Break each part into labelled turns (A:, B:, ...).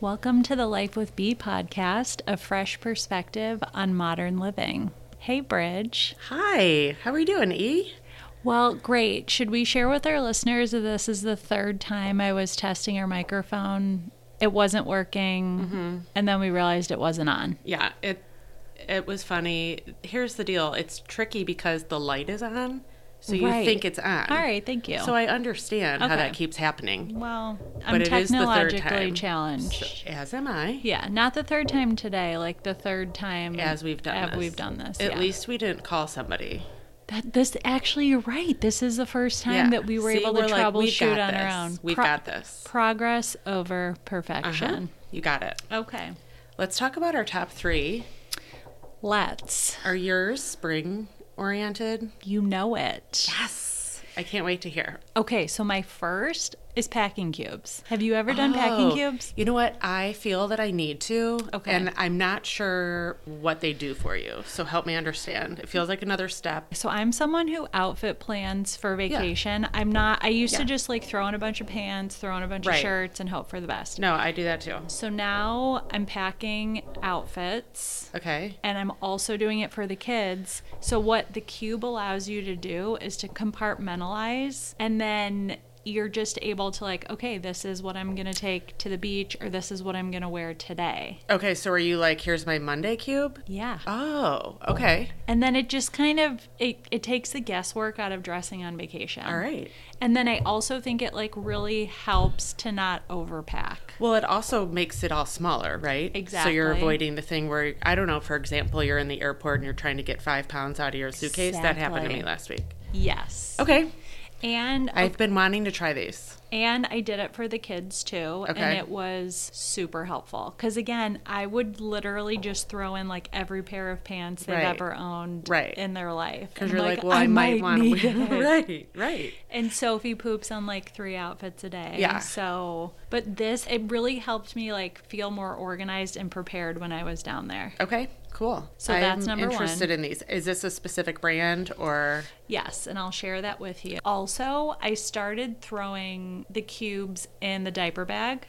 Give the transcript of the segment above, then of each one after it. A: Welcome to the Life with Bee podcast, a fresh perspective on modern living. Hey, Bridge.
B: Hi, how are you doing, E?
A: Well, great. Should we share with our listeners that this is the third time I was testing our microphone? It wasn't working,
B: Mm-hmm.
A: and then we realized it wasn't on.
B: Yeah, it it was funny. Here's the deal: it's tricky because the light is on, so you
A: Right.
B: think it's on.
A: All right, thank you.
B: So I understand how
A: Okay.
B: that keeps happening,
A: well,
B: but
A: I'm
B: it is the third
A: technologically
B: time.
A: challenged.
B: So- as am I.
A: yeah, not the third time today, like the third time
B: As we've done
A: as
B: this.
A: we've done this.
B: At
A: yeah.
B: least we didn't call somebody.
A: That this actually, you're right. This is the first time
B: Yeah.
A: that we were
B: See,
A: able to
B: we're like, "We've
A: troubleshoot
B: got
A: on our
B: this.
A: own.
B: We've
A: Pro-
B: got this.
A: Progress over
B: Uh-huh.
A: perfection.
B: You got it.
A: Okay,
B: Let's talk about our top three.
A: let's.
B: Are yours spring oriented?
A: You know it.
B: Yes. I can't wait to hear.
A: Okay, so my first is packing cubes. Have you ever done packing
B: Oh,
A: cubes?
B: You know what? I feel that I need to.
A: Okay.
B: And I'm not sure what they do for you. So help me understand. It feels like another step.
A: So I'm someone who outfit plans for vacation. I'm not. I used to
B: Yeah.
A: just like throw in a bunch of pants, throw in a bunch of
B: Right.
A: shirts, and hope for the best.
B: No, I do that too.
A: So now I'm packing outfits.
B: Okay.
A: and I'm also doing it for the kids. So what the cube allows you to do is to compartmentalize and then you're just able to like, okay, this is what I'm going to take to the beach or this is what I'm going to wear today.
B: Okay. So are you like, here's my Monday cube?
A: Yeah.
B: Oh, okay.
A: And then it just kind of it, it takes the guesswork out of dressing on vacation.
B: All right.
A: And then I also think it like really helps to not overpack.
B: Well, it also makes it all smaller, right? So you're
A: Exactly.
B: avoiding the thing where, I don't know, for example, you're in the airport and you're trying to get five pounds out of your suitcase. That happened to
A: Exactly.
B: me last week.
A: Yes.
B: Okay.
A: And
B: I've been wanting to try these.
A: And I did it for the kids too. And
B: Okay.
A: it was super helpful. Because again, I would literally just throw in like every pair of pants they've
B: Right.
A: ever owned
B: Right.
A: in their life.
B: Because
A: I'm
B: you're like, well, I, might, want
A: need
B: to
A: it."
B: wear. Right, right.
A: And Sophie poops on like three outfits a day.
B: Yeah.
A: So, but this, it really helped me like feel more organized and prepared when I was down there.
B: Okay, cool.
A: So that's number one.
B: interested in these. Is this a specific brand or
A: Yes. And I'll share that with you. Also, I started throwing the cubes in the diaper bag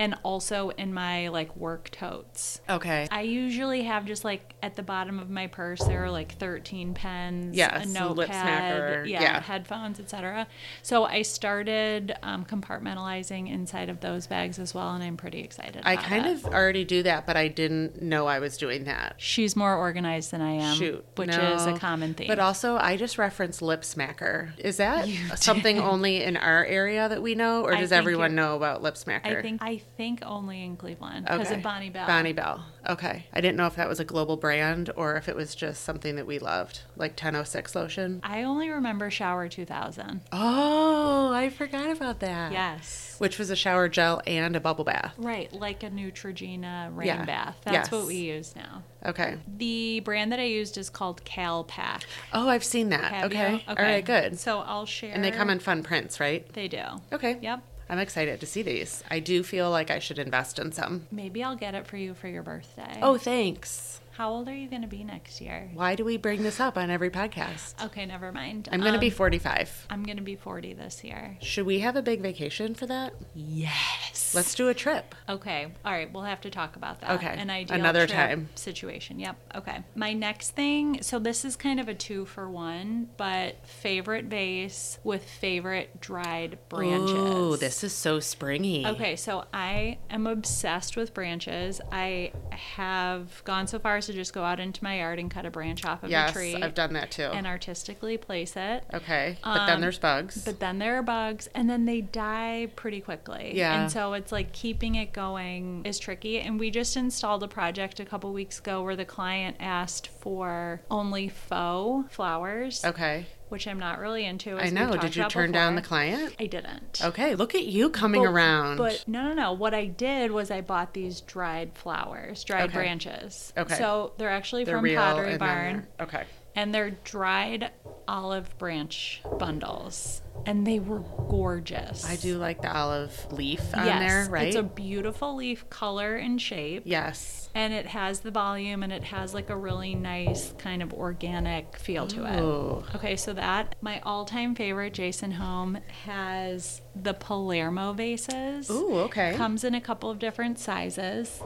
A: and also in my like work totes.
B: okay?
A: I usually have just like at the bottom of my purse there are like 13 pens,
B: Yes,
A: a
B: a lip
A: notepad,
B: snacker,
A: yeah,
B: yeah.
A: headphones, etc. So I started um, compartmentalizing inside of those bags as well, and I'm pretty excited.
B: I
A: about
B: kind
A: it.
B: of already do that, but I didn't know I was doing that.
A: she's more organized than I am,
B: Shoot,
A: Um, which
B: no.
A: is a common theme.
B: But also, I just referenced Lip Smacker. Is that something only in our area that we know, or
A: I
B: does
A: think
B: everyone
A: it-
B: know about Lip Smacker?
A: I think I think only in Cleveland because
B: Okay.
A: of Bonnie Bell.
B: Bonnie Bell. Okay, I didn't know if that was a global brand or if it was just something that we loved, like 1006 lotion.
A: I only remember Shower 2000.
B: Oh, I forgot about that.
A: Yes.
B: Which was a shower gel and a bubble bath.
A: Right, like a Neutrogena rain
B: Yeah.
A: bath. That's what
B: Yes.
A: we use now.
B: Okay.
A: The brand that I used is called CalPack.
B: Oh, I've seen that.
A: Have
B: okay.
A: you?
B: All right, good.
A: So I'll share.
B: and they come in fun prints, right?
A: They do.
B: Okay.
A: Yep.
B: I'm excited to see these. I do feel like I should invest in some.
A: Maybe I'll get it for you for your birthday.
B: Oh, thanks.
A: How old are you going to be next year?
B: Why do we bring this up on every podcast?
A: Okay, never mind.
B: I'm going to
A: Um,
B: be 45.
A: I'm going to be 40 this year.
B: Should we have a big vacation for that?
A: Yes.
B: Let's do a trip.
A: Okay. All right. We'll have to talk about that.
B: Okay,
A: An ideal
B: another
A: trip
B: time.
A: situation. Yep. Okay. My next thing. So this is kind of a two for one, but favorite vase with favorite dried branches.
B: Oh, this is so springy.
A: Okay, so I am obsessed with branches. I have gone so far as to just go out into my yard and cut a branch off of
B: Yes,
A: a tree
B: I've done that too.
A: and artistically place it.
B: okay. But then
A: Um,
B: there's bugs.
A: But then there are bugs, and then they die pretty quickly.
B: Yeah.
A: And so it's like keeping it going is tricky. And we just installed a project a couple weeks ago where the client asked for only faux flowers,
B: okay.
A: which I'm not really into.
B: I
A: as we've
B: know.
A: talked
B: Did you
A: about
B: turn down the
A: before.
B: client?
A: I didn't.
B: Okay. Look at you coming
A: But-
B: around.
A: But no, no, no. What I did was I bought these dried flowers, dried
B: Okay.
A: branches.
B: Okay.
A: So they're actually
B: They're
A: from
B: real and
A: Pottery
B: then
A: Barn,
B: they're- Okay.
A: and they're dried olive branch bundles, and they were gorgeous.
B: I do like the olive leaf on
A: yes,
B: there, right?
A: It's a beautiful leaf color and shape.
B: yes.
A: And it has the volume and it has like a really nice kind of organic feel to it.
B: Ooh.
A: Okay, so that my all-time favorite, Jason Home, has the Palermo vases.
B: Ooh, okay.
A: Comes in a couple of different sizes,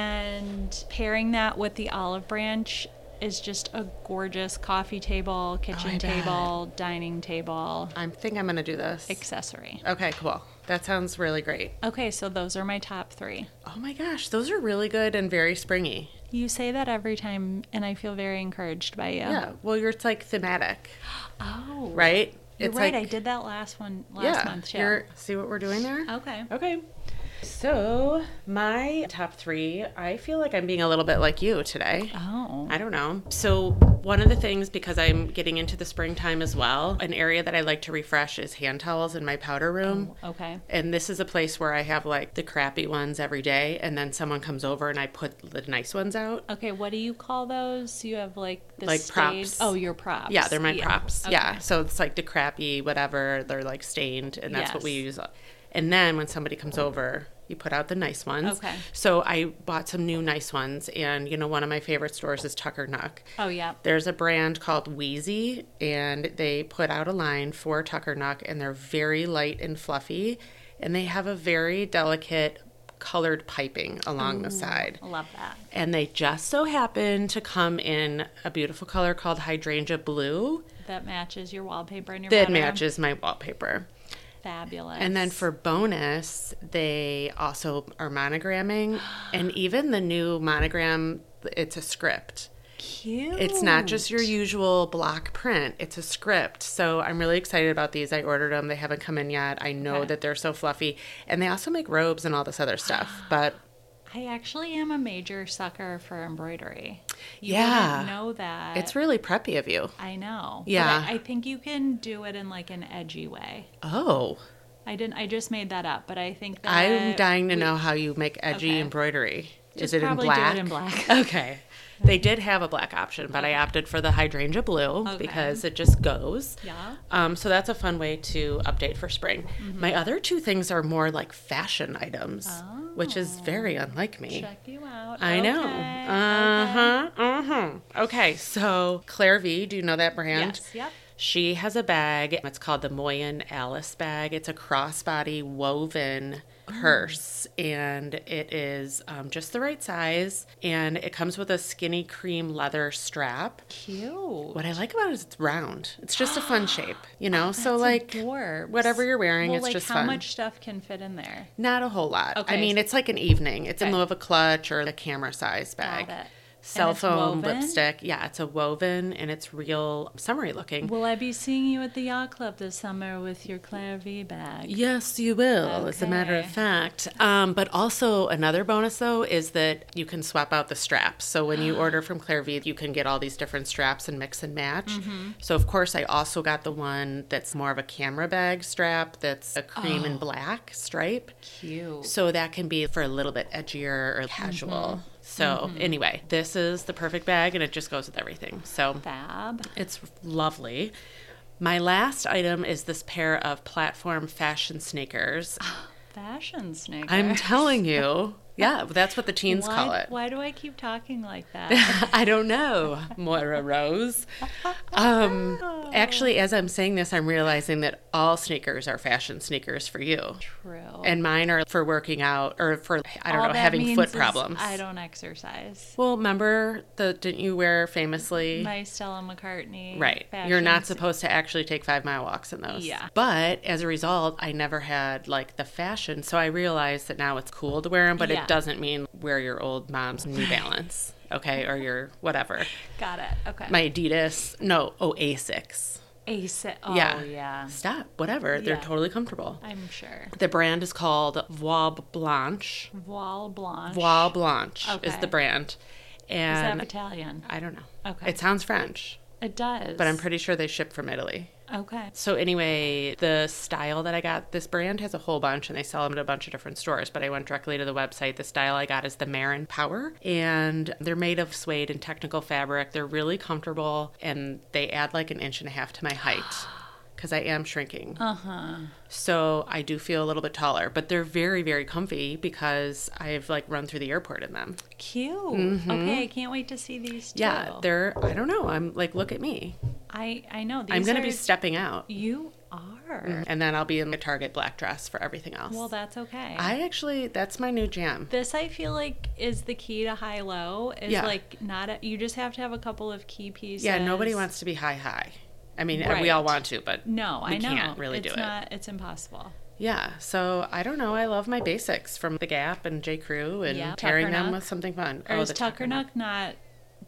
A: and pairing that with the olive branch is just a gorgeous coffee table, kitchen
B: I bet.
A: table, dining table
B: I think I'm gonna do this.
A: accessory.
B: okay, cool. That sounds really great.
A: Okay, so those are my top three.
B: Oh my gosh, those are really good and very springy.
A: You say that every time, and I feel very encouraged by you.
B: Yeah. Well, you're it's like thematic,
A: Oh,
B: right?
A: You're
B: it's
A: right.
B: Like,
A: I did that last one last month. Yeah. Oh.
B: You're, see what we're doing there?
A: Okay.
B: Okay. So my top three, I feel like I'm being a little bit like you today.
A: Oh.
B: I don't know. So, one of the things, because I'm getting into the springtime as well, an area that I like to refresh is hand towels in my powder room.
A: Okay.
B: And this is a place where I have like the crappy ones every day, and then someone comes over and I put the nice ones out.
A: Okay, what do you call those? You have like the
B: Like
A: stage-
B: props.
A: Oh, your props.
B: Yeah, they're my props.
A: Okay.
B: Yeah. So it's like the crappy, whatever. They're like stained, and that's what we
A: Yes.
B: use. And then when somebody comes over, you put out the nice ones.
A: Okay.
B: So I bought some new nice ones, and you know, one of my favorite stores is Tucker Nook.
A: Oh yeah.
B: There's a brand called Wheezy, and they put out a line for Tucker Nook, and they're very light and fluffy, and they have a very delicate colored piping along the side.
A: I love that.
B: And they just so happen to come in a beautiful color called Hydrangea Blue
A: That matches your wallpaper and your
B: that
A: bathroom.
B: matches my wallpaper.
A: Fabulous.
B: And then for bonus, they also are monogramming, and even the new monogram, it's a script.
A: cute.
B: It's not just your usual block print, it's a script. So I'm really excited about these. I ordered them, they haven't come in yet. I know
A: Okay.
B: that they're so fluffy. And they also make robes and all this other stuff. But
A: I actually am a major sucker for embroidery. You
B: Yeah.
A: wouldn't know that.
B: it's really preppy of you.
A: I know. But
B: Yeah.
A: I, I think you can do it in like an edgy way.
B: Oh,
A: I didn't I just made that up, but I think that
B: I'm dying to know how you make edgy
A: Uh, okay.
B: embroidery. Is
A: Just
B: it in
A: probably
B: black?
A: Do it in black.
B: Okay. They did have a black option, but I opted for the hydrangea blue
A: Okay.
B: because it just goes.
A: Yeah. Mm-hmm.
B: Um, so that's a fun way to update for spring. My other two things are more like fashion items, which is very unlike me.
A: Oh. Check you out.
B: I know.
A: Okay,
B: Uh
A: okay.
B: huh. Uh huh. Okay. So Claire V, do you know that brand?
A: Yes, yep.
B: She has a bag. It's called the Moyen Alice bag. It's a crossbody woven purse, and it is um, just the right size. And it comes with a skinny cream leather strap.
A: Cute.
B: What I like about it is it's round. It's just a fun shape, you know.
A: Oh,
B: so like
A: adorbs.
B: whatever you're wearing,
A: well,
B: it's
A: like
B: just
A: how
B: fun.
A: much stuff can fit in there.
B: Not a whole lot. I
A: Okay.
B: mean, it's like an evening. It's in
A: Okay.
B: lieu of a clutch or a camera size bag.
A: Got it.
B: Cell
A: And it's
B: phone
A: woven?
B: lipstick. Yeah, it's a woven and it's real summery looking.
A: Will I be seeing you at the yacht club this summer with your Claire V bag?
B: Yes, you will, as a matter of
A: Okay.
B: fact. Um, but also, another bonus though is that you can swap out the straps. So, when you order from Claire V, you can get all these different straps and mix and match. So, of course, I also got the one that's more of a camera bag strap that's a cream and black stripe.
A: Cute.
B: So that can be for a little bit edgier or casual. So anyway, this is the perfect bag and it just goes with everything. So
A: Fab.
B: it's lovely. My last item is this pair of platform fashion sneakers.
A: Fashion sneaker.
B: I'm telling you. Yeah, that's what the teens
A: why,
B: call it.
A: Why do I keep talking like that?
B: I don't know, Moira Rose. Um, actually, as I'm saying this, I'm realizing that all sneakers are fashion sneakers for you.
A: True.
B: And mine are for working out or for, I don't
A: All
B: know,
A: that
B: having
A: means
B: foot
A: is
B: problems.
A: I don't exercise.
B: Well, remember the didn't you wear famously?
A: My Stella McCartney.
B: Mm. right.
A: Fashion
B: You're not
A: sne-
B: supposed to actually take five mile walks in those.
A: Yeah.
B: But as a result, I never had like the fashion. So I realized that now it's cool to wear them, but
A: Yeah.
B: it doesn't mean wear your old mom's New Balance, okay, or your whatever.
A: Got it. Okay.
B: My Adidas, no, oh, Asics.
A: Ace. Oh
B: yeah.
A: yeah.
B: Stop, whatever. They're
A: Yeah.
B: totally comfortable.
A: I'm sure.
B: The brand is called Voile Blanche.
A: Voile blanche.
B: Voile Blanche is
A: Okay.
B: the brand.
A: Is
B: And
A: that Italian?
B: I don't know.
A: Okay.
B: It sounds French.
A: It does.
B: but I'm pretty sure they ship from Italy.
A: Okay.
B: So anyway, the style that I got, this brand has a whole bunch and they sell them at a bunch of different stores, but I went directly to the website. The style I got is the Marin Power and they're made of suede and technical fabric. They're really comfortable and they add like an inch and a half to my height. Because I am shrinking. Uh huh.
A: Uh-huh.
B: So I do feel a little bit taller, but they're very, very comfy because I've like run through the airport in them.
A: Cute. Okay, I can't wait to see these too.
B: Mm-hmm. Yeah, they're, I don't know. I'm like, look at me.
A: I I know these
B: I'm going
A: are-
B: to be stepping out.
A: You are.
B: and then I'll be in the Target black dress for everything else.
A: Well, that's okay.
B: I actually, that's my new jam.
A: this I feel like is the key to high low. Is
B: Yeah.
A: like not a, you just have to have a couple of key pieces.
B: Yeah, nobody wants to be high high. I mean, we all
A: Right.
B: want to, but
A: No,
B: we
A: I know.
B: can't really
A: it's
B: do it.
A: not, It's impossible.
B: Yeah, so I don't know. I love my basics from The Gap and J. Crew and
A: Yeah.
B: pairing them
A: Tuckernuck.
B: with something fun.
A: Or is
B: the
A: Tucker
B: Tuckernuck.
A: Nuck not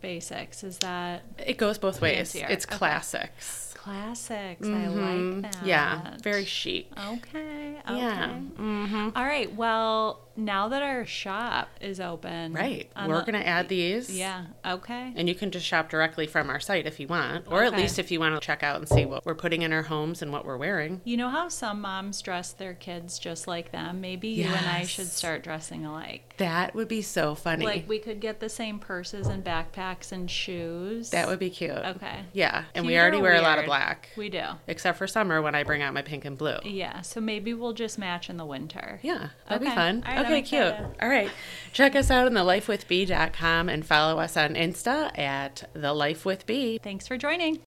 A: basics? Is that
B: It goes both ways.
A: Fancier.
B: It's
A: Okay.
B: classics.
A: classics? I
B: Mhm.
A: like that.
B: Yeah, very chic.
A: Okay. Okay.
B: Yeah. Mm-hmm.
A: All right. Well, now that our shop is open,
B: Right.
A: on
B: We're
A: the-
B: going to add these.
A: Yeah. Okay.
B: And you can just shop directly from our site if you want, or at
A: Okay.
B: least if you want to check out and see what we're putting in our homes and what we're wearing.
A: You know how some moms dress their kids just like them? Maybe you and I should
B: Yes.
A: start dressing alike.
B: That would be so funny.
A: Like we could get the same purses and backpacks and shoes.
B: that would be cute.
A: Okay.
B: Yeah, and we
A: Cute or
B: already wear a lot of
A: weird?
B: black,
A: We do.
B: except for summer when I bring out my pink and blue.
A: Yeah. So maybe we'll just match in the winter.
B: Yeah, that'd be
A: Okay.
B: fun.
A: All right,
B: okay,
A: I'm
B: cute.
A: excited.
B: All right. Check us out on thelifewithbee.com and follow us on Insta at the Life with Bee.
A: Thanks for joining.